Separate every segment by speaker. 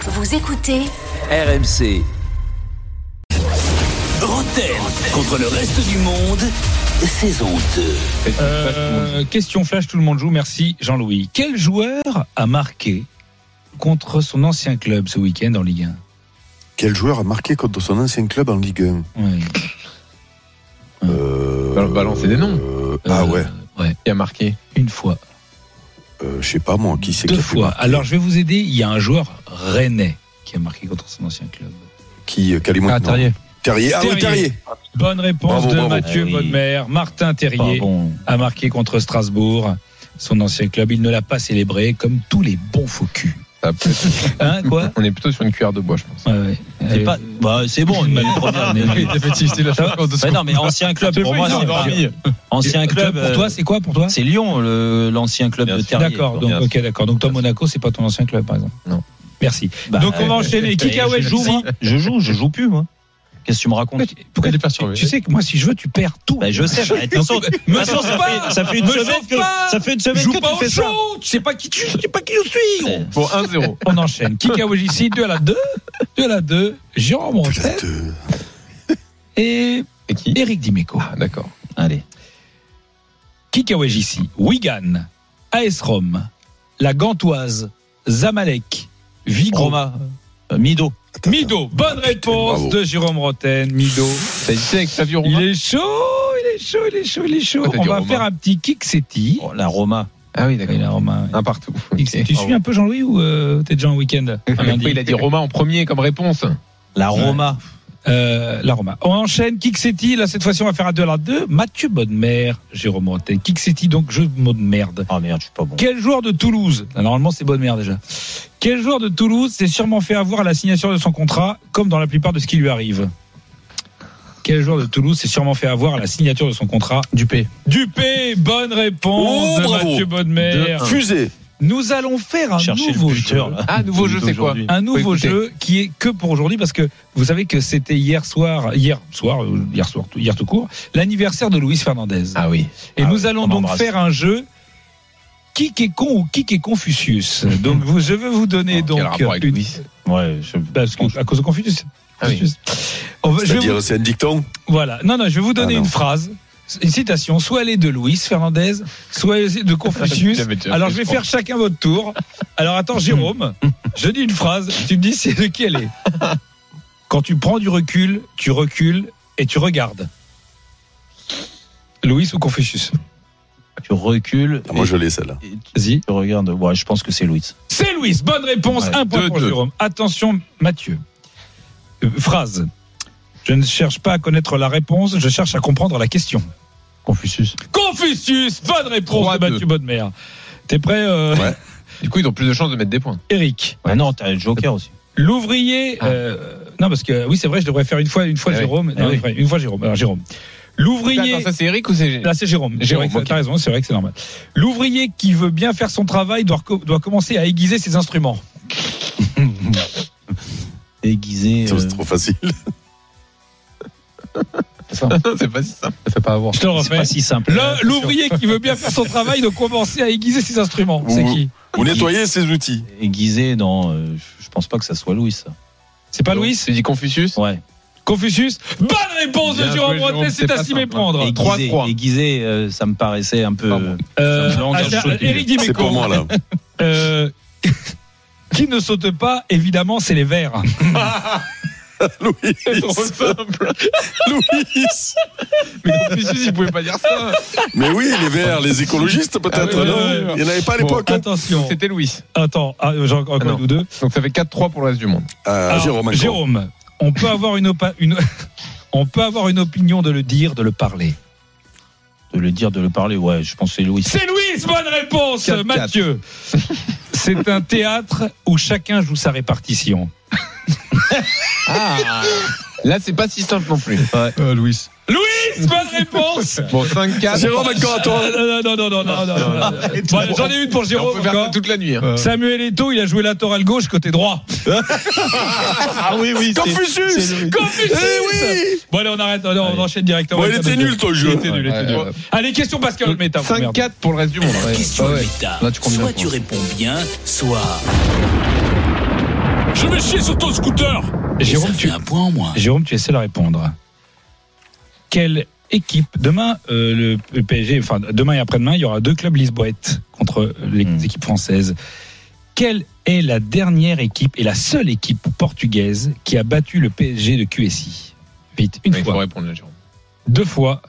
Speaker 1: Vous écoutez
Speaker 2: RMC.
Speaker 3: Roten contre le reste du monde, saison 2.
Speaker 4: Euh, question flash, tout le monde joue. Merci Jean-Louis. Quel joueur a marqué contre son ancien club ce week-end en Ligue
Speaker 5: Quel joueur a marqué contre son ancien club en Ligue 1
Speaker 4: 1 Ouais. Hmm.
Speaker 5: Euh,
Speaker 6: Bal- balancez des noms.
Speaker 5: euh, ah
Speaker 4: Euh,
Speaker 5: ouais,
Speaker 4: Ouais,
Speaker 6: qui a marqué
Speaker 4: une fois,
Speaker 5: euh, je sais pas moi, qui c'est qui
Speaker 4: deux
Speaker 5: a fait
Speaker 4: fois.
Speaker 5: marquer
Speaker 4: Alors je vais vous aider. Il y a un joueur rennais qui a marqué contre son ancien club.
Speaker 5: Qui euh, Calais- non.
Speaker 6: Terrier.
Speaker 5: Terrier. Ah ouais,
Speaker 4: Terrier.
Speaker 5: Terrier.
Speaker 4: Bonne réponse
Speaker 5: Bravo,
Speaker 4: de
Speaker 5: bravo.
Speaker 4: Mathieu
Speaker 6: Eh oui.
Speaker 4: Bonnemer. Martin Terrier
Speaker 6: Pardon.
Speaker 4: a marqué contre Strasbourg, son ancien club. Il ne l'a pas célébré comme tous les bons faux culs.
Speaker 6: Ça peut être-
Speaker 4: Hein, quoi
Speaker 6: On est plutôt sur une cuillère de bois, je pense.
Speaker 4: Ouais, ouais.
Speaker 7: C'est pas. Bah, c'est bon, une bonne première. mais- Bah non, mais ancien club, pour moi, c'est pas. Ancien club.
Speaker 4: Pour toi,
Speaker 7: euh,
Speaker 4: c'est quoi pour toi
Speaker 7: c'est Lyon, le- l'ancien club
Speaker 6: Bien
Speaker 7: de
Speaker 6: sûr.
Speaker 7: Terrier.
Speaker 4: D'accord,
Speaker 7: quoi.
Speaker 4: donc,
Speaker 6: Bien
Speaker 4: ok, d'accord. Donc, toi, Monaco, c'est pas ton ancien club, par exemple.
Speaker 6: Non.
Speaker 4: Merci.
Speaker 7: Bah,
Speaker 4: donc, on va
Speaker 7: euh,
Speaker 4: enchaîner. Kikawe
Speaker 7: je-
Speaker 4: joue,
Speaker 7: si,
Speaker 4: moi.
Speaker 7: Je joue, je joue plus, moi. Qu'est-ce que tu me racontes
Speaker 4: Pourquoi
Speaker 6: Elle est
Speaker 4: tu,
Speaker 6: perturbée.
Speaker 4: tu sais que moi, si je veux, tu perds tout.
Speaker 7: Bah, je sais, bah, de toute façon, de toute
Speaker 4: Me
Speaker 7: façon,
Speaker 4: chauffe
Speaker 7: ça,
Speaker 4: pas
Speaker 7: fait, ça fait une
Speaker 4: Me
Speaker 7: semaine
Speaker 4: chauffe
Speaker 7: que,
Speaker 4: pas
Speaker 7: ça fait une semaine
Speaker 4: joue
Speaker 7: que
Speaker 4: pas
Speaker 7: tu
Speaker 4: au
Speaker 7: fais ça.
Speaker 4: show. Tu sais pas qui tu, tu sais pas qui je suis. gros.
Speaker 6: Bon, 1-0.
Speaker 4: On enchaîne. Kikawe ici, 2 à la 2, 2 à la 2, Jérôme Roncel
Speaker 5: Deux.
Speaker 4: et
Speaker 6: Et qui
Speaker 4: Eric Dimeco.
Speaker 6: Ah, d'accord.
Speaker 7: Allez.
Speaker 4: Kikawejisi, Wigan, AS Rome, la Gantoise, Zamalek, Vigo.
Speaker 7: Roma, euh, Mido.
Speaker 4: Mido, bonne réponse
Speaker 5: bravo.
Speaker 4: de Jérôme Roten. Mido.
Speaker 6: T'as hésité avec Flavio Romain
Speaker 4: Il est chaud, il est chaud, il est chaud, il est chaud.
Speaker 6: Pourquoi t'as
Speaker 4: On
Speaker 6: dit
Speaker 4: va
Speaker 6: Romain
Speaker 4: faire un petit kick city.
Speaker 7: Oh, la Roma.
Speaker 6: Ah oui,
Speaker 4: Il a
Speaker 6: d'accord.
Speaker 4: Romain. ouais.
Speaker 6: Un partout.
Speaker 4: Kick
Speaker 6: Ok.
Speaker 4: City. Tu suis
Speaker 6: Ah
Speaker 4: un peu Jean-Louis ou euh, t'es déjà en week-end un
Speaker 6: oui.
Speaker 4: lundi
Speaker 6: Après, il a dit Romain en premier comme réponse.
Speaker 7: La Roma.
Speaker 4: Euh, la Roma. On enchaîne Kick City. Là, cette fois-ci, on va faire un 2 à la 2. Mathieu Bonnemer, Jérôme Roten. Kick City, donc jeu de mots de merde.
Speaker 7: Oh merde, je suis pas bon.
Speaker 4: Quel joueur de Toulouse Ah, Normalement, c'est bonne mère déjà. Quel joueur de Toulouse s'est sûrement fait avoir à la signature de son contrat, comme dans la plupart de ce qui lui arrive Quel joueur de Toulouse s'est sûrement fait avoir à la signature de son contrat
Speaker 6: Dupé.
Speaker 4: Dupé, bonne réponse
Speaker 5: Oh,
Speaker 4: de
Speaker 5: bravo.
Speaker 4: Mathieu Bonnemer.
Speaker 5: Fusée.
Speaker 4: Nous allons faire un
Speaker 7: Chercher
Speaker 4: nouveau
Speaker 7: le buteur,
Speaker 4: jeu.
Speaker 7: là.
Speaker 6: Ah, nouveau jeu, c'est quoi
Speaker 7: D'aujourd'hui.
Speaker 4: Un nouveau
Speaker 6: écoutez.
Speaker 4: jeu qui est que pour aujourd'hui parce que vous savez que c'était hier soir, hier soir, euh, hier soir, tout- hier tout court, l'anniversaire de Luis Fernandez.
Speaker 6: Ah oui.
Speaker 4: Et
Speaker 7: Ah
Speaker 4: nous
Speaker 7: oui,
Speaker 4: allons
Speaker 7: on
Speaker 4: donc
Speaker 7: l'embrasse.
Speaker 4: faire un jeu qui est con ou qui est Confucius. donc vous, je veux vous donner
Speaker 6: Oh, Quel
Speaker 4: donc
Speaker 6: rapport avec
Speaker 4: une-
Speaker 6: Louis
Speaker 7: Ouais, je-
Speaker 4: parce que, à cause de Confucius.
Speaker 6: Ah oui.
Speaker 4: Confucius. On va- je vais
Speaker 5: C'est-à-dire, c'est un dicton.
Speaker 4: vous- voilà. Non non, je vais vous donner
Speaker 5: Ah non.
Speaker 4: une phrase, une citation, soit elle est de Louis Fernandez, soit elle est de Confucius.
Speaker 6: J'avais déjà
Speaker 4: Alors
Speaker 6: fait,
Speaker 4: je vais
Speaker 6: je crois.
Speaker 4: faire chacun votre tour. Alors attends Jérôme, je dis une phrase, tu me dis c'est de qui elle est. Quand tu prends du recul, tu recules et tu regardes. Louis ou Confucius
Speaker 7: tu recules.
Speaker 5: Ah, moi, je l'ai, celle-là.
Speaker 7: et- et
Speaker 4: Vas-y.
Speaker 7: Tu regardes. Ouais, je pense que c'est Louis.
Speaker 4: C'est Louis. Bonne réponse.
Speaker 6: Ouais,
Speaker 4: un point
Speaker 6: deux,
Speaker 4: pour
Speaker 6: deux.
Speaker 4: Jérôme. Attention, Mathieu. Euh, phrase. Je ne cherche pas à connaître la réponse, je cherche à comprendre la question.
Speaker 7: Confucius.
Speaker 4: Confucius, bonne réponse
Speaker 6: Trois,
Speaker 4: de Mathieu
Speaker 6: deux.
Speaker 4: Bonnemer. T'es prêt, euh,
Speaker 5: Ouais.
Speaker 6: Du coup, ils ont plus de chances de mettre des points.
Speaker 4: Eric
Speaker 7: Ouais, Ah non, t'as le Joker aussi.
Speaker 4: L'ouvrier.
Speaker 6: Ah.
Speaker 4: euh, non, parce que oui, c'est vrai, je devrais faire une fois, une fois
Speaker 6: Ah oui.
Speaker 4: Jérôme.
Speaker 6: Ah
Speaker 4: Non,
Speaker 6: oui.
Speaker 4: une fois- Une fois Jérôme. Alors, Jérôme.
Speaker 6: Attends,
Speaker 4: L'ouvrier.
Speaker 6: ça c'est Eric ou c'est.
Speaker 4: Là, c'est Jérôme. C'est
Speaker 6: Jérôme,
Speaker 4: vrai que
Speaker 6: ok.
Speaker 4: T'as raison, c'est vrai que c'est normal. L'ouvrier qui veut bien faire son travail doit, reco- doit commencer à aiguiser ses instruments.
Speaker 7: Aiguisé.
Speaker 5: Ça,
Speaker 7: euh,
Speaker 5: C'est trop facile.
Speaker 6: c'est pas si simple. Ça fait pas avoir.
Speaker 4: Je te le
Speaker 7: C'est
Speaker 4: refais.
Speaker 7: pas si simple.
Speaker 4: Le- L'ouvrier qui veut bien faire son travail doit commencer à aiguiser ses instruments.
Speaker 5: Oui.
Speaker 4: C'est qui
Speaker 5: Vous nettoyez ces outils.
Speaker 7: Aiguisé, non, euh, je pense pas que ça soit Louis. ça.
Speaker 4: C'est pas Louis
Speaker 6: Tu dis Confucius
Speaker 7: Ouais.
Speaker 4: Confucius Bonne réponse de
Speaker 6: Bien
Speaker 4: Jérôme
Speaker 6: joué, Jérôme,
Speaker 4: Bretet,
Speaker 6: c'est
Speaker 4: c'est à
Speaker 6: pas
Speaker 4: s'y méprendre.
Speaker 6: simple. hein.
Speaker 7: Aiguisé,
Speaker 6: 3-3.
Speaker 7: aiguisé, euh, ça me paraissait un peu.
Speaker 6: Pardon.
Speaker 4: Euh,
Speaker 7: Ça me lance
Speaker 4: ah,
Speaker 7: un
Speaker 4: c'est-
Speaker 7: shoot,
Speaker 4: Eric
Speaker 5: C'est
Speaker 4: Dimeco,
Speaker 5: pour moi, là.
Speaker 4: euh, qui ne saute pas, évidemment, c'est les verts.
Speaker 5: Louis.
Speaker 6: Oh, simple.
Speaker 5: Louis.
Speaker 6: Mais Confucius, il pouvait pas dire ça.
Speaker 5: Mais oui, les verts, les écologistes, peut-être,
Speaker 4: Ah oui, oui,
Speaker 5: non
Speaker 4: oui.
Speaker 5: Il n'y en avait pas à
Speaker 6: Bon,
Speaker 5: l'époque. hein
Speaker 4: Attention.
Speaker 6: C'était Louis.
Speaker 4: Attends, ah, j'en- encore
Speaker 6: Ah non.
Speaker 4: une ou deux.
Speaker 6: Donc ça fait 4-3 pour le reste du monde.
Speaker 5: Ah,
Speaker 4: Alors,
Speaker 5: Jérôme, encore.
Speaker 4: Jérôme, on peut avoir une, opa- une- on peut avoir une opinion de le dire, de le parler.
Speaker 7: De le dire, de le parler, ouais, je pense que c'est Louis.
Speaker 4: C'est Louis, bonne réponse,
Speaker 6: 4-4.
Speaker 4: Mathieu. C'est un théâtre où chacun joue sa répartition.
Speaker 6: Ah Là, c'est pas si simple non plus.
Speaker 7: Louis.
Speaker 4: Louis, bonne réponse.
Speaker 6: Bon, 5-4.
Speaker 5: Jérôme, encore à toi.
Speaker 4: Ah, Non, non, non, non, non, non, non, non. Bon, J'en ai une pour
Speaker 6: Et on
Speaker 4: Jérôme.
Speaker 6: peut faire ça
Speaker 4: encore.
Speaker 6: toute la nuit. hein.
Speaker 4: Samuel Eto, il a joué latéral gauche côté droit.
Speaker 7: Ah oui, oui. c'est-
Speaker 5: Confucius
Speaker 7: c'est Louis.
Speaker 4: Confucius
Speaker 5: Eh oui
Speaker 4: Bon, allez, on arrête, allez, on
Speaker 7: Allez.
Speaker 4: enchaîne directement.
Speaker 5: Bon, il était nul, ton jeu.
Speaker 4: Il était nul, il
Speaker 6: Ouais,
Speaker 4: était nul.
Speaker 6: ouais, ouais.
Speaker 4: Allez, question Pascal
Speaker 6: Donc,
Speaker 4: Meta.
Speaker 6: 5-4 pour le reste du monde.
Speaker 3: La
Speaker 6: Ouais.
Speaker 3: question
Speaker 6: Ah ouais.
Speaker 7: hein.
Speaker 3: méta.
Speaker 6: Là, tu comptes bien
Speaker 3: soit
Speaker 6: pour
Speaker 3: tu
Speaker 6: moi.
Speaker 3: réponds bien, soit
Speaker 1: Je vais chier sur ton scooter
Speaker 4: Jérôme,
Speaker 3: ça fait
Speaker 4: tu,
Speaker 3: un point en moins.
Speaker 4: Jérôme, tu es seul à répondre. Quelle équipe Demain, euh, le- le PSG, enfin demain et après-demain, il y aura deux clubs lisboètes contre les
Speaker 7: Hmm.
Speaker 4: équipes françaises. Quelle est la dernière équipe et la seule équipe portugaise qui a battu le PSG de QSI Vite, une
Speaker 6: Il faut
Speaker 4: fois,
Speaker 6: répondre là, Jérôme.
Speaker 4: deux fois.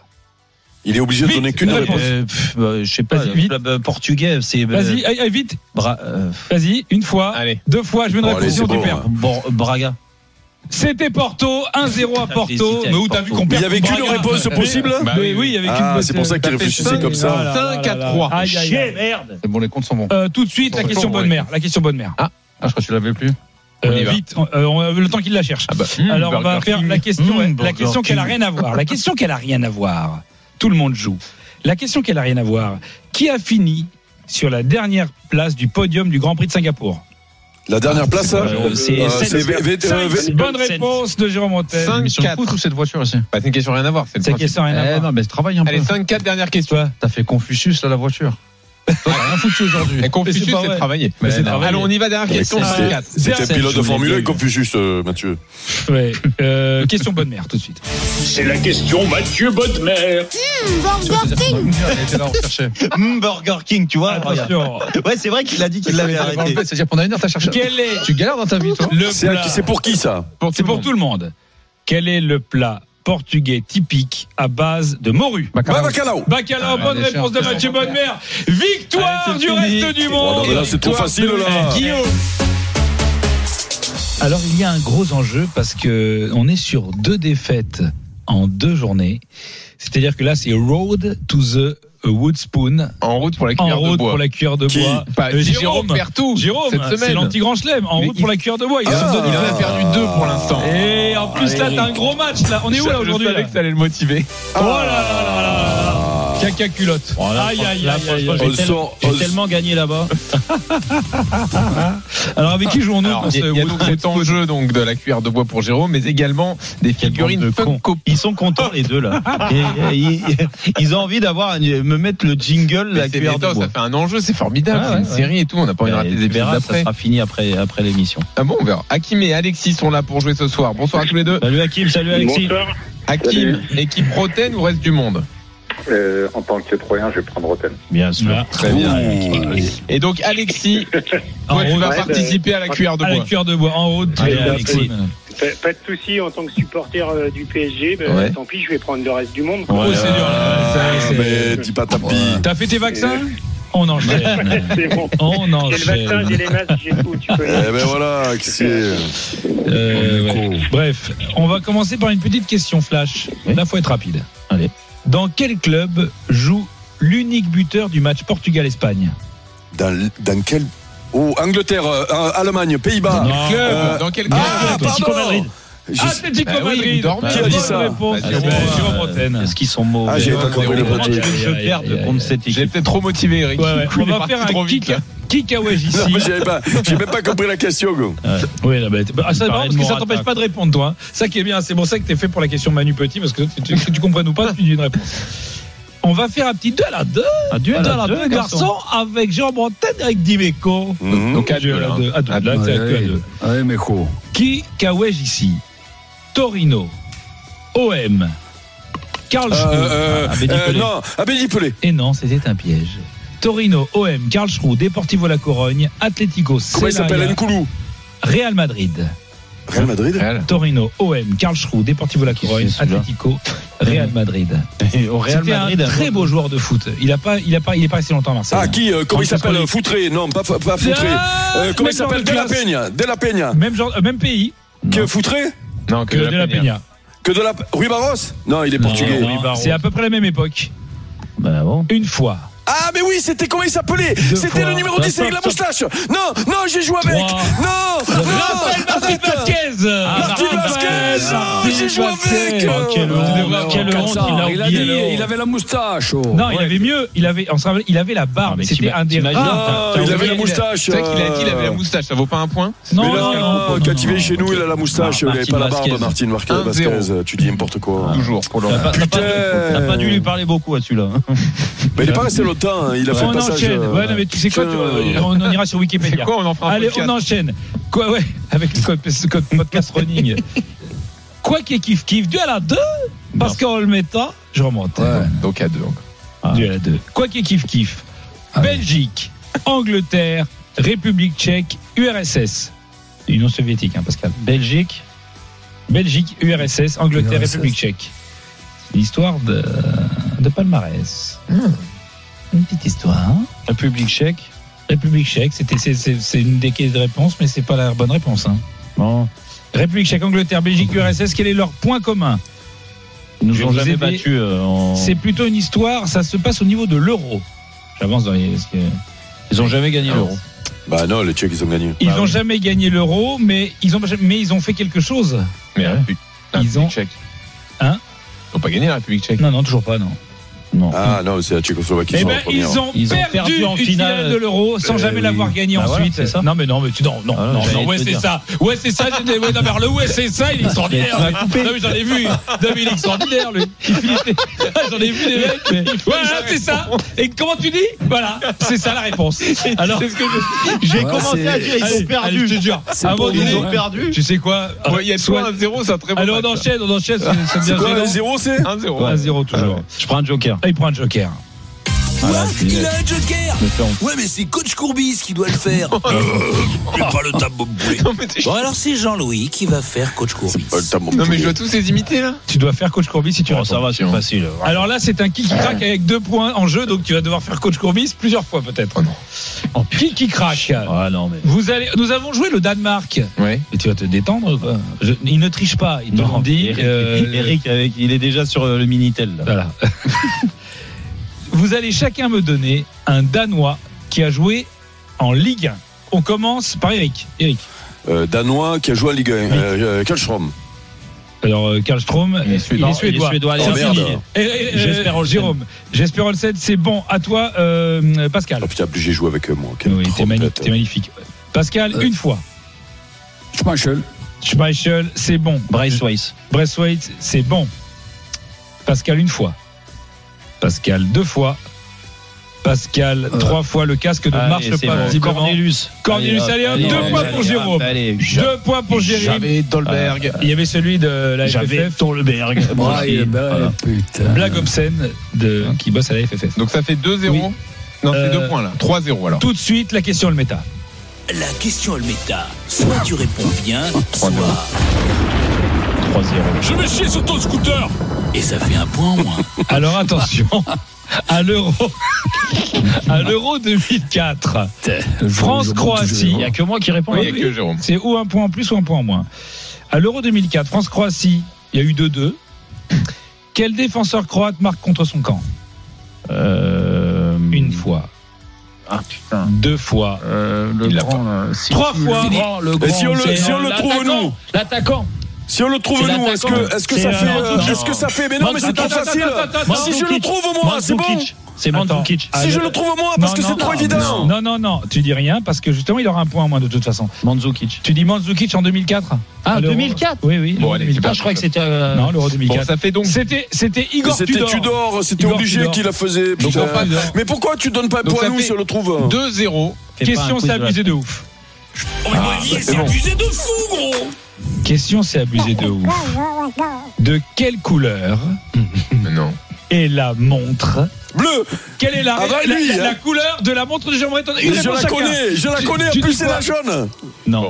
Speaker 5: Il est obligé de
Speaker 4: Vite,
Speaker 5: donner qu'une
Speaker 4: la
Speaker 5: réponse.
Speaker 7: Euh, pff, bah, je sais pas,
Speaker 4: Vas-y,
Speaker 7: le
Speaker 4: vite.
Speaker 7: club euh, portugais, c'est. euh,
Speaker 4: Vas-y, aïe, aïe, vite,
Speaker 7: Bra- euh,
Speaker 4: vas-y, une fois,
Speaker 6: Allez.
Speaker 4: deux fois, je veux une
Speaker 5: Bon, allez,
Speaker 4: réponse
Speaker 5: c'est
Speaker 4: du
Speaker 5: bon,
Speaker 4: père.
Speaker 5: hein.
Speaker 7: Bor- Braga.
Speaker 4: C'était Porto, 1-0 à
Speaker 7: Putain,
Speaker 4: Porto.
Speaker 7: j'hésitais
Speaker 4: Mais où
Speaker 7: avec
Speaker 4: t'as
Speaker 7: Porto.
Speaker 4: vu qu'on
Speaker 5: Il
Speaker 4: perd
Speaker 5: n'y avait qu'une
Speaker 4: Braga.
Speaker 5: réponse possible
Speaker 6: Bah
Speaker 4: Mais oui, avec
Speaker 5: Ah,
Speaker 4: une
Speaker 5: c'est pour ça qu'il
Speaker 6: T'as fait
Speaker 5: réfléchissait
Speaker 6: cinq,
Speaker 5: comme ça.
Speaker 6: voilà. 5 à 3.
Speaker 4: Aïe, aïe, aïe.
Speaker 7: merde.
Speaker 6: C'est bon, les comptes sont bons.
Speaker 4: Euh, tout de suite, la
Speaker 6: Bon,
Speaker 4: question
Speaker 6: bon,
Speaker 4: bonne
Speaker 6: ouais.
Speaker 4: mère. La question bonne mère.
Speaker 6: Ah, je crois que tu l'avais plus.
Speaker 4: Euh,
Speaker 6: On y va.
Speaker 4: vite, on- euh, on a le temps qu'il la cherche.
Speaker 6: bah,
Speaker 4: Alors on va
Speaker 6: Burger
Speaker 4: faire
Speaker 6: King.
Speaker 4: la question,
Speaker 7: Mmh,
Speaker 4: ouais, la
Speaker 7: Burger
Speaker 4: question qu'elle a rien à voir. La question qu'elle a rien à voir. Tout le monde joue. La question qu'elle a rien à voir. Qui a fini sur la dernière place du podium du Grand Prix de Singapour
Speaker 5: La dernière place, hein,
Speaker 7: Euh, c'est-
Speaker 5: euh,
Speaker 7: c'est-
Speaker 5: c'est V- V- euh, V-
Speaker 7: c'est-
Speaker 4: Bonne
Speaker 7: c'est-
Speaker 4: réponse de Jérôme Montel.
Speaker 6: Cinq,
Speaker 7: Mission de
Speaker 6: quatre.
Speaker 7: foot ou cette voiture ici
Speaker 6: Bah, c'est une question rien à voir. C'est le
Speaker 4: C'est la
Speaker 6: principe.
Speaker 4: question rien à
Speaker 7: Eh
Speaker 4: voir.
Speaker 7: non, mais travaille un peu.
Speaker 6: Allez, 5-4, dernière question.
Speaker 7: Toi, t'as fait Confucius, là, la voiture. Toi, t'as rien foutu aujourd'hui.
Speaker 6: Et Confucius,
Speaker 7: Mais c'est pas
Speaker 6: c'est
Speaker 7: vrai.
Speaker 6: travailler.
Speaker 7: Mais c'est
Speaker 6: non.
Speaker 7: travailler.
Speaker 6: Allons, on y va, dernière
Speaker 5: Ouais,
Speaker 6: question.
Speaker 5: c'est-
Speaker 6: 5-4.
Speaker 5: C'était
Speaker 7: Personne,
Speaker 5: pilote
Speaker 7: je
Speaker 5: de
Speaker 7: vous
Speaker 5: Formule
Speaker 7: l'ai
Speaker 5: 1 et
Speaker 7: dit.
Speaker 5: Confucius, euh, Mathieu.
Speaker 4: Ouais. Euh, question bonne mère tout de suite.
Speaker 1: C'est la question Mathieu Bodmer
Speaker 6: Burger King. Elle était là, on cherchait.
Speaker 7: Mm, Burger King, tu
Speaker 5: Ah,
Speaker 7: vois. regarde.
Speaker 4: Attention.
Speaker 7: Ouais, c'est vrai qu'il a dit qu'il l'avait arrêté.
Speaker 6: C'est-à-dire pendant une heure, t'as cherché.
Speaker 4: Quel est
Speaker 6: Tu galères dans ta vie, toi
Speaker 4: le
Speaker 5: C'est à
Speaker 4: plat
Speaker 5: qui- c'est pour qui ça
Speaker 4: C'est pour tout le monde. Quel est le plat portugais typique à base de morue
Speaker 5: Bah, Bacalao
Speaker 6: Ah,
Speaker 4: Bacalao, bonne
Speaker 6: bien sûr.
Speaker 4: réponse de Mathieu Bonnemer. Victoire
Speaker 6: Allez, c'est
Speaker 4: du
Speaker 6: fini.
Speaker 4: reste du
Speaker 5: Oh,
Speaker 4: monde.
Speaker 5: non, mais Là, c'est trop facile, là
Speaker 4: Alors il y a un gros enjeu parce que on est sur deux défaites en deux journées. C'est-à-dire que là c'est Road to the Woodspoon
Speaker 6: En route pour la
Speaker 4: en
Speaker 6: cuillère de
Speaker 4: route
Speaker 6: bois.
Speaker 4: pour la cuillère de
Speaker 5: Qui
Speaker 4: bois.
Speaker 6: Pas-
Speaker 4: Euh,
Speaker 6: Jérôme
Speaker 4: Jérôme,
Speaker 6: perd tout
Speaker 4: Jérôme,
Speaker 6: cette
Speaker 4: c'est
Speaker 6: semaine.
Speaker 4: l'anti grand chelem en
Speaker 6: Mais
Speaker 4: route
Speaker 6: il-
Speaker 4: pour la cuillère de bois. Ils sont
Speaker 5: Ah.
Speaker 4: deux
Speaker 6: Il en a
Speaker 4: défaites.
Speaker 6: perdu deux pour l'instant.
Speaker 4: Et en plus là t'as un gros match là. On est où là aujourd'hui
Speaker 6: Je savais
Speaker 4: là Bah.
Speaker 6: que ça allait le motiver.
Speaker 4: Oh là là là là là là. Caca culotte.
Speaker 7: Oh, là,
Speaker 4: Aïe aïe
Speaker 7: là,
Speaker 4: aïe aïe.
Speaker 7: franchement,
Speaker 4: aïe.
Speaker 5: On
Speaker 7: J'ai tel-
Speaker 5: sort-
Speaker 7: j'ai
Speaker 5: on-
Speaker 7: tellement gagné là-bas.
Speaker 4: Alors avec qui jouons-nous
Speaker 6: Alors,
Speaker 4: dans
Speaker 6: Il y, a-
Speaker 4: ce
Speaker 6: il y a donc
Speaker 4: Woodspoon
Speaker 6: cet enjeu donc, de la cuillère de bois pour Jérôme, mais également des
Speaker 7: Quelle bande
Speaker 6: figurines
Speaker 7: de cons.
Speaker 6: Funko.
Speaker 7: Ils sont contents les deux là. Et- et- ils, ils ont envie d'avoir un- me mettre le jingle la
Speaker 6: Mais c'est
Speaker 7: cuillère de
Speaker 6: méthode,
Speaker 7: bois.
Speaker 6: ça fait un enjeu, c'est formidable.
Speaker 7: Ah,
Speaker 6: c'est une
Speaker 7: ouais, ouais.
Speaker 6: série Bah, et tout, on n'a pas envie de rater
Speaker 7: Et
Speaker 6: des épisodes
Speaker 7: verra, ça
Speaker 6: d'après.
Speaker 7: sera fini après après l'émission.
Speaker 6: Ah bon, on verra. Hakim et Alexis sont là pour jouer ce soir. Bonsoir à tous les deux.
Speaker 7: Salut Hakim, salut Alexis.
Speaker 1: Bonsoir
Speaker 6: Hakim, équipe Roten ou reste du monde
Speaker 2: Euh, en tant que Troyen, je vais prendre Rotten.
Speaker 7: Bien Ah, sûr.
Speaker 4: Voilà.
Speaker 6: Très bien. Et donc Alexis, toi,
Speaker 4: En
Speaker 6: tu
Speaker 4: route
Speaker 6: vas
Speaker 2: Ouais,
Speaker 6: participer à la cuillère de
Speaker 4: à la
Speaker 6: bois.
Speaker 4: cuillère de bois en route.
Speaker 7: Allez,
Speaker 4: vers
Speaker 7: Alexis.
Speaker 4: Woodspoon.
Speaker 8: Pas, pas de souci en tant que supporter euh, du PSG, ben,
Speaker 6: Ouais.
Speaker 8: tant pis, je vais prendre le reste du monde.
Speaker 7: Ouais,
Speaker 4: Oh, c'est dur, là.
Speaker 5: Ah,
Speaker 4: C'est-
Speaker 5: Mais dis pas tapis.
Speaker 4: T'as fait tes vaccins On enchaîne.
Speaker 8: C'est bon.
Speaker 4: On
Speaker 8: J'ai le vaccin,
Speaker 4: enchaîne.
Speaker 8: j'ai les masques, j'ai tout, tu
Speaker 5: Eh
Speaker 8: connais.
Speaker 5: ben voilà, Axier.
Speaker 4: Euh, ouais. Bref, on va commencer par une petite question flash.
Speaker 7: Oui.
Speaker 4: Là, faut être rapide.
Speaker 7: Allez.
Speaker 4: Dans quel club joue l'unique buteur du match Portugal-Espagne
Speaker 5: Dans, dans quel. Oh, Angleterre, euh, Allemagne, Pays-Bas.
Speaker 7: Ah,
Speaker 4: Non.
Speaker 6: Club,
Speaker 5: Euh,
Speaker 6: dans quel
Speaker 5: Ah,
Speaker 6: club
Speaker 5: pardon Je-
Speaker 4: Atlético
Speaker 6: Bah oui,
Speaker 4: Ah, Madrid.
Speaker 6: dormez.
Speaker 5: Qui a dit
Speaker 4: Bonne
Speaker 5: ça
Speaker 4: réponse.
Speaker 6: Bah,
Speaker 4: Eh
Speaker 6: Jérôme,
Speaker 4: ben, Jérôme
Speaker 7: Euh,
Speaker 4: Montaigne.
Speaker 7: Est-ce qu'ils sont mauvais
Speaker 5: Ah, j'ai
Speaker 7: Comment
Speaker 5: pas compris le
Speaker 7: comment
Speaker 5: petit.
Speaker 7: tu veux que je
Speaker 4: Aïe, aïe,
Speaker 7: perde
Speaker 4: aïe,
Speaker 7: contre
Speaker 4: aïe.
Speaker 7: cette
Speaker 6: J'ai
Speaker 7: équipe
Speaker 6: peut-être trop motivé, Eric.
Speaker 4: Ouais, ouais.
Speaker 6: Du coup,
Speaker 4: On
Speaker 6: il est
Speaker 4: va
Speaker 6: parti
Speaker 4: faire
Speaker 6: trop
Speaker 4: un
Speaker 6: vite.
Speaker 4: kick,
Speaker 6: là.
Speaker 4: kick à Wajisi.
Speaker 5: Non, mais j'avais pas- J'ai même pas compris la question. gros.
Speaker 4: Oui, la bête. Bah, ça,
Speaker 7: Il
Speaker 4: c'est marrant parce
Speaker 7: paraît
Speaker 4: que ça
Speaker 7: Morata,
Speaker 4: t'empêche
Speaker 7: quoi.
Speaker 4: pas de répondre, toi. hein. Ça qui est bien, c'est pour ça que t'es fait pour la question Manu Petit, parce que tu, tu, tu comprennes ou pas, tu dis une réponse. On va faire un petit duel à deux,
Speaker 7: Un duel
Speaker 4: duel
Speaker 7: à
Speaker 4: à deux, garçons, avec Jean Brantène et avec Dimeco.
Speaker 5: Mhm.
Speaker 6: Donc à deux,
Speaker 4: Duel
Speaker 6: là.
Speaker 4: à deux, à deux,
Speaker 6: hein.
Speaker 4: là, c'est à deux, à deux.
Speaker 9: Allez, Mecho.
Speaker 4: Qui Kawej ici Torino, OM, Karl
Speaker 5: Euh,
Speaker 4: Schroeder.
Speaker 5: euh,
Speaker 7: Ah,
Speaker 6: Ah,
Speaker 7: Abedi
Speaker 5: euh,
Speaker 7: Pelé.
Speaker 5: non, Abedi Pelé.
Speaker 4: Et non, c'était un piège. Torino, OM, Karlsruhe, Deportivo La Corogne, Atlético,
Speaker 5: Comment il s'appelle
Speaker 4: Celaya,
Speaker 5: Nkoulou
Speaker 4: Real Madrid.
Speaker 5: Real Madrid
Speaker 6: Real.
Speaker 4: Torino, OM, Karlsruhe, Deportivo La Corogne,
Speaker 7: Qu'est-ce que c'est, celui-là
Speaker 4: Atlético, Real Madrid.
Speaker 7: Et Au Real
Speaker 4: C'était
Speaker 7: Madrid.
Speaker 4: un très beau joueur de foot. Il a pas, il a pas, il est pas resté longtemps à Marseille.
Speaker 5: Ah, qui euh, Comment il
Speaker 4: Francesco
Speaker 5: s'appelle
Speaker 4: Lee.
Speaker 5: Foutré Non, pas, pas Foutré.
Speaker 4: Ah,
Speaker 5: Euh, comment
Speaker 4: même
Speaker 5: il s'appelle
Speaker 4: genre
Speaker 5: De La
Speaker 4: classe.
Speaker 5: Peña De La Peña.
Speaker 4: Même genre, euh, même pays
Speaker 5: Que Foutré
Speaker 6: Non,
Speaker 4: que de la Peña.
Speaker 5: Que De La. Rui Barros Non, il est portugais.
Speaker 4: Non, non, C'est à peu près la même époque.
Speaker 7: Bah bon.
Speaker 4: Une fois.
Speaker 5: Ah, mais oui, c'était comment il s'appelait C'était
Speaker 4: fois.
Speaker 5: le numéro 10 avec la moustache Non, non, j'ai joué avec
Speaker 4: Trois.
Speaker 5: Non
Speaker 4: Rafael
Speaker 5: Non
Speaker 4: Martin Vasquez.
Speaker 5: Martin Vasquez Ah, J'ai joué avec euh,
Speaker 4: Oh, quelle honte, quelle honte, il a
Speaker 9: Il a
Speaker 4: oublié,
Speaker 9: dit,
Speaker 4: alors.
Speaker 9: il avait la moustache. oh.
Speaker 4: Non, il avait mieux. Il avait, on se rappelle, il avait la barbe.
Speaker 7: Ah, mais
Speaker 4: C'était
Speaker 7: t'ima-
Speaker 4: un des
Speaker 7: t'imagines-
Speaker 4: rares.
Speaker 5: Non, il avait la moustache
Speaker 6: euh. C'est vrai qu'il a dit qu'il avait la moustache, Euh, ça vaut pas un point
Speaker 5: Mais
Speaker 4: parce qu'il y a un
Speaker 5: non,
Speaker 4: gros-
Speaker 5: quand il vient chez nous, il a la moustache, euh, il
Speaker 7: Martin
Speaker 5: avait pas la
Speaker 7: Vasquez.
Speaker 5: barbe, Martin Marquez
Speaker 6: 1-0.
Speaker 5: Vasquez. euh, Tu dis n'importe quoi.
Speaker 6: Toujours pour le
Speaker 7: T'as pas, t'as pas-
Speaker 5: Putain.
Speaker 7: t'as pas dû lui parler beaucoup à celui-là.
Speaker 5: Mais il est pas resté longtemps, hein, il a fait le
Speaker 4: On
Speaker 5: passage.
Speaker 4: enchaîne.
Speaker 5: euh,
Speaker 4: Ouais, non, mais tu sais quoi, euh, tu-
Speaker 5: Putain.
Speaker 4: on en ira sur
Speaker 6: C'est
Speaker 4: Wikipédia.
Speaker 6: quoi, on en fera un
Speaker 4: Allez,
Speaker 6: podcast
Speaker 4: on enchaîne. Quoi, ouais, avec le code, ce code podcast running. Quoi qu'il kiffe kiffe, duel à deux, parce qu'en le mettant, je remonte.
Speaker 6: Donc à deux. encore.
Speaker 7: Ah.
Speaker 4: Duel à deux. Quoi qu'il kiffe kiffe. Belgique, Angleterre, République Tchèque, URSS. Union soviétique, hein, Pascal.
Speaker 7: Belgique.
Speaker 4: Belgique, URSS, Angleterre,
Speaker 10: URSS.
Speaker 4: République Tchèque. C'est l'histoire de, de palmarès. Une petite histoire.
Speaker 7: Hmm.
Speaker 4: hein.
Speaker 7: République tchèque.
Speaker 4: République Tchèque, c'était c'est- c'est c'est une des caisses de réponse, mais c'est pas la bonne réponse. hein.
Speaker 7: Bon.
Speaker 4: République Tchèque, Angleterre, Belgique, URSS, quel est leur point commun Je
Speaker 7: Ils nous ont
Speaker 4: vous
Speaker 7: jamais
Speaker 4: ai dit-
Speaker 7: battus euh, en.
Speaker 4: C'est plutôt une histoire, ça se passe au niveau de l'euro. J'avance dans les. parce que-
Speaker 7: Ils ont jamais gagné l'euro.
Speaker 5: Bah non, les Tchèques, ils ont gagné.
Speaker 4: Ils
Speaker 7: Bah
Speaker 4: n'ont
Speaker 7: oui.
Speaker 4: jamais gagné l'euro, mais ils ont mais ils ont fait quelque chose.
Speaker 6: Mais la République- la
Speaker 4: Ils
Speaker 6: République
Speaker 4: ont-
Speaker 6: tchèque.
Speaker 4: Hein
Speaker 6: Ils n'ont pas gagné la République tchèque.
Speaker 4: Non, non, toujours pas, non.
Speaker 7: Non.
Speaker 5: Ah non, c'est la Tchécoslovaquie.
Speaker 4: Eh
Speaker 5: sont
Speaker 4: ben,
Speaker 5: la première.
Speaker 4: ils ont,
Speaker 7: Ils ont
Speaker 4: perdu,
Speaker 7: perdu en
Speaker 4: une finale,
Speaker 7: finale.
Speaker 4: de l'euro sans
Speaker 5: Eh
Speaker 4: jamais
Speaker 5: oui.
Speaker 4: l'avoir gagné
Speaker 7: Bah voilà,
Speaker 4: ensuite.
Speaker 7: c'est ça.
Speaker 4: Non, mais non, mais tu, non, non,
Speaker 7: Ah,
Speaker 4: non,
Speaker 7: j'allais
Speaker 4: non,
Speaker 7: te
Speaker 4: ouais, c'est
Speaker 7: dire.
Speaker 4: ça. Ouais, c'est ça. j'étais- ouais, non, mais alors, le ouais, c'est ça, il est extraordinaire.
Speaker 7: Mais tu m'as coupé.
Speaker 4: Non, mais j'en ai vu. Non, mais il est extraordinaire, lui. Il finit- j'en ai vu des mecs. Ouais, voilà, c'est ça. Et comment tu dis Voilà, c'est ça la réponse. Alors, c'est ce que
Speaker 10: J'ai
Speaker 9: Ouais,
Speaker 10: commencé
Speaker 9: c'est-
Speaker 10: à dire ils
Speaker 4: Allez,
Speaker 10: ont perdu.
Speaker 4: allez, je te jure.
Speaker 10: C'est
Speaker 4: À un
Speaker 10: pour
Speaker 4: moment
Speaker 10: dire, ils
Speaker 4: donné,
Speaker 10: ont perdu.
Speaker 4: tu sais quoi
Speaker 6: Ouais, Il y a
Speaker 4: Soit-
Speaker 6: soit 1-0, c'est un très bon.
Speaker 4: Allez, on
Speaker 6: match.
Speaker 4: enchaîne, on enchaîne. Ça ça
Speaker 5: C'est quoi,
Speaker 4: devient
Speaker 5: les zéros, c'est
Speaker 6: 1-0.
Speaker 4: 1-0 toujours.
Speaker 7: Je prends un joker.
Speaker 4: Ah, Il prend un joker.
Speaker 3: Quoi
Speaker 7: Voilà, c'est
Speaker 3: Il a un joker
Speaker 7: Je me fais honte.
Speaker 3: Ouais, mais c'est Coach Courbis qui doit le faire. Je pas le tabou Bon, alors c'est Jean-Louis qui va faire Coach Courbis.
Speaker 5: Euh, t'as mon
Speaker 6: Non, mais
Speaker 5: poulet.
Speaker 6: je dois tous les imiter là.
Speaker 4: Tu dois faire coach Courbis si tu
Speaker 7: Oh,
Speaker 4: réponds.
Speaker 7: ça va, c'est facile.
Speaker 4: Alors là, c'est un qui qui craque avec deux points en jeu, donc tu vas devoir faire coach Courbis plusieurs fois peut-être.
Speaker 7: Oh
Speaker 4: Qui qui craque
Speaker 7: Ah non, mais.
Speaker 4: Vous allez, nous avons joué le Danemark.
Speaker 6: Ouais.
Speaker 4: Et tu vas te détendre. ou pas Je- il ne triche pas. Il te l'ont dit.
Speaker 7: Eric,
Speaker 4: euh,
Speaker 7: Eric avec, il est déjà sur euh, le Minitel. là.
Speaker 4: Voilà. Vous allez chacun me donner un Danois qui a joué en Ligue 1. On commence par Eric. Eric.
Speaker 5: Euh, Danois qui a joué à Ligue 1. Euh, Kalstrom.
Speaker 4: Alors, euh, Karl Strom, il est
Speaker 7: Non, il est
Speaker 4: suédois.
Speaker 7: suédois, allez,
Speaker 5: Oh,
Speaker 7: c'est
Speaker 5: merde.
Speaker 7: fini.
Speaker 4: Et- et- et-
Speaker 7: Jesper Olsen.
Speaker 4: Jérôme. Jesper Olsen, c'est bon. À toi, euh, Pascal.
Speaker 7: Oh,
Speaker 5: Ah putain, plus j'ai joué avec eux, moi. Quelle
Speaker 4: Oui, t'es magni-
Speaker 5: trompette.
Speaker 4: t'es magnifique. Pascal,
Speaker 7: Euh.
Speaker 4: une fois.
Speaker 9: Schmeichel.
Speaker 4: Schmeichel, c'est bon.
Speaker 7: Bryce Weiss.
Speaker 4: Braithwaite, c'est bon. Pascal, une fois. Pascal, deux fois. Pascal, trois fois. Le casque ne
Speaker 7: Allez,
Speaker 4: marche
Speaker 7: c'est
Speaker 4: pas,
Speaker 7: bon.
Speaker 4: visiblement.
Speaker 7: Cornelius.
Speaker 4: Cornelius, allez, hop, deux points pour Jérôme.
Speaker 7: Allez,
Speaker 4: Deux points pour Jérémy.
Speaker 6: J'avais Dolberg.
Speaker 4: Il y avait celui de la
Speaker 7: j'avais
Speaker 4: FFF.
Speaker 7: Tolberg.
Speaker 9: Braille,
Speaker 4: Oh,
Speaker 7: Voilà.
Speaker 9: putain.
Speaker 4: Blague obscène de, qui bosse à la FFF.
Speaker 6: Donc ça fait 2-0. Non, c'est
Speaker 4: Euh,
Speaker 6: 2 points là. 3-0 alors.
Speaker 4: Tout de suite, la question, le méta.
Speaker 3: La question Almeta. Soit tu réponds bien, soit.
Speaker 6: 3-0.
Speaker 7: 3-0.
Speaker 1: Je vais chier sur ton scooter Oh,
Speaker 3: Et ça fait un point en moins.
Speaker 4: Alors attention à l'euro. À l'euro 2004. France-Croatie.
Speaker 7: Il n'y a que moi qui réponds.
Speaker 6: Oui, il y a que Jérôme.
Speaker 4: hein. C'est ou un point en plus ou un point en moins. À l'Euro 2004, France-Croatie, il y a eu 2-2. Quel défenseur croate marque contre son camp
Speaker 7: Euh,
Speaker 4: Une fois,
Speaker 7: Ah putain.
Speaker 4: deux fois,
Speaker 7: Euh, le
Speaker 6: Il l'a
Speaker 7: grand, là, si
Speaker 4: trois
Speaker 7: tu le
Speaker 4: fois.
Speaker 7: grand, le grand,
Speaker 5: Et si on le-
Speaker 7: c'est,
Speaker 5: si on
Speaker 7: euh,
Speaker 5: le trouve,
Speaker 7: l'attaquant,
Speaker 5: nous
Speaker 7: L'attaquant.
Speaker 5: Si on le trouve,
Speaker 7: C'est
Speaker 5: nous, est-ce que,
Speaker 7: l'attaquant.
Speaker 5: est-ce que
Speaker 7: C'est
Speaker 5: ça
Speaker 7: un
Speaker 5: fait. euh,
Speaker 7: attaquant.
Speaker 5: Est-ce que ça fait. Mais non, mais c'est
Speaker 4: Attends,
Speaker 5: trop
Speaker 4: attends,
Speaker 5: facile.
Speaker 4: attends, attends,
Speaker 5: Si
Speaker 4: attends.
Speaker 5: je le trouve, moi, c'est bon.
Speaker 7: Mandzukic. C'est Mandzukic.
Speaker 4: Attends.
Speaker 5: Si je
Speaker 4: Ah,
Speaker 5: le trouve au moins, Oh, parce
Speaker 4: Non,
Speaker 5: que
Speaker 4: non,
Speaker 5: c'est trop
Speaker 4: non,
Speaker 5: évident.
Speaker 4: Non, non, non, tu dis rien parce que justement il aura un point en moins de toute façon.
Speaker 7: Mandzukic.
Speaker 4: Tu dis Mandzukic en 2004
Speaker 7: Ah,
Speaker 4: À l'Euro.
Speaker 7: 2004
Speaker 4: Oui, oui.
Speaker 6: Bon,
Speaker 4: l'Euro
Speaker 6: allez,
Speaker 4: 2004.
Speaker 7: Ah, je crois que c'était. euh,
Speaker 4: Non, l'Euro
Speaker 6: Bon,
Speaker 4: 2004.
Speaker 6: ça fait donc.
Speaker 4: C'était, c'était Igor
Speaker 5: C'était
Speaker 4: Tudor.
Speaker 5: Tudor, c'était
Speaker 4: Igor
Speaker 5: obligé
Speaker 4: Tudor.
Speaker 5: qu'il la faisait.
Speaker 6: Donc
Speaker 5: putain.
Speaker 6: on passe
Speaker 4: hein.
Speaker 5: Mais pourquoi tu donnes pas un
Speaker 6: Donc
Speaker 5: point à
Speaker 6: ça
Speaker 5: nous
Speaker 6: fait
Speaker 5: si on le trouve hein
Speaker 6: 2-0.
Speaker 7: fais pas un
Speaker 4: Question,
Speaker 7: quiz
Speaker 4: c'est
Speaker 7: de la-
Speaker 4: abusé de ouf.
Speaker 3: Oh, mais Olivier, c'est abusé de fou, gros
Speaker 4: Question, c'est abusé de ouf. De quelle couleur
Speaker 6: Mais non.
Speaker 4: est la montre
Speaker 5: Bleu
Speaker 4: Quelle est la,
Speaker 5: Ah bah
Speaker 4: la-
Speaker 5: lui,
Speaker 4: la-
Speaker 5: hein.
Speaker 4: la couleur de la montre de Jérôme Breton Une
Speaker 5: Je
Speaker 4: réponse
Speaker 5: la
Speaker 4: chacun.
Speaker 5: connais, je la
Speaker 4: Tu-
Speaker 5: connais, en
Speaker 4: tu
Speaker 5: plus
Speaker 4: dis
Speaker 5: c'est
Speaker 4: quoi Eh
Speaker 5: la jaune
Speaker 7: Non.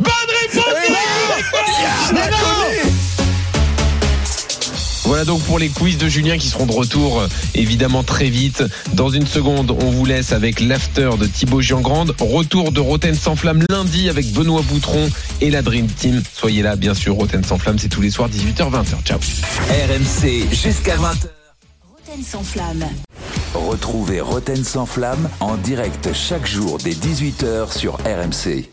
Speaker 6: Voilà donc pour les quiz de Julien qui seront de retour euh, évidemment très vite. Dans une seconde, on vous laisse avec l'after de Thibaut Giangrande. Retour de Roten sans flamme lundi avec Benoît Boutron et la Dream Team. Soyez là, bien sûr. Roten sans flamme, c'est tous les soirs 18h-20h. Ciao.
Speaker 3: RMC jusqu'à 20h.
Speaker 11: Roten sans flamme.
Speaker 3: Retrouvez Roten sans flamme en direct chaque jour dès 18h sur RMC.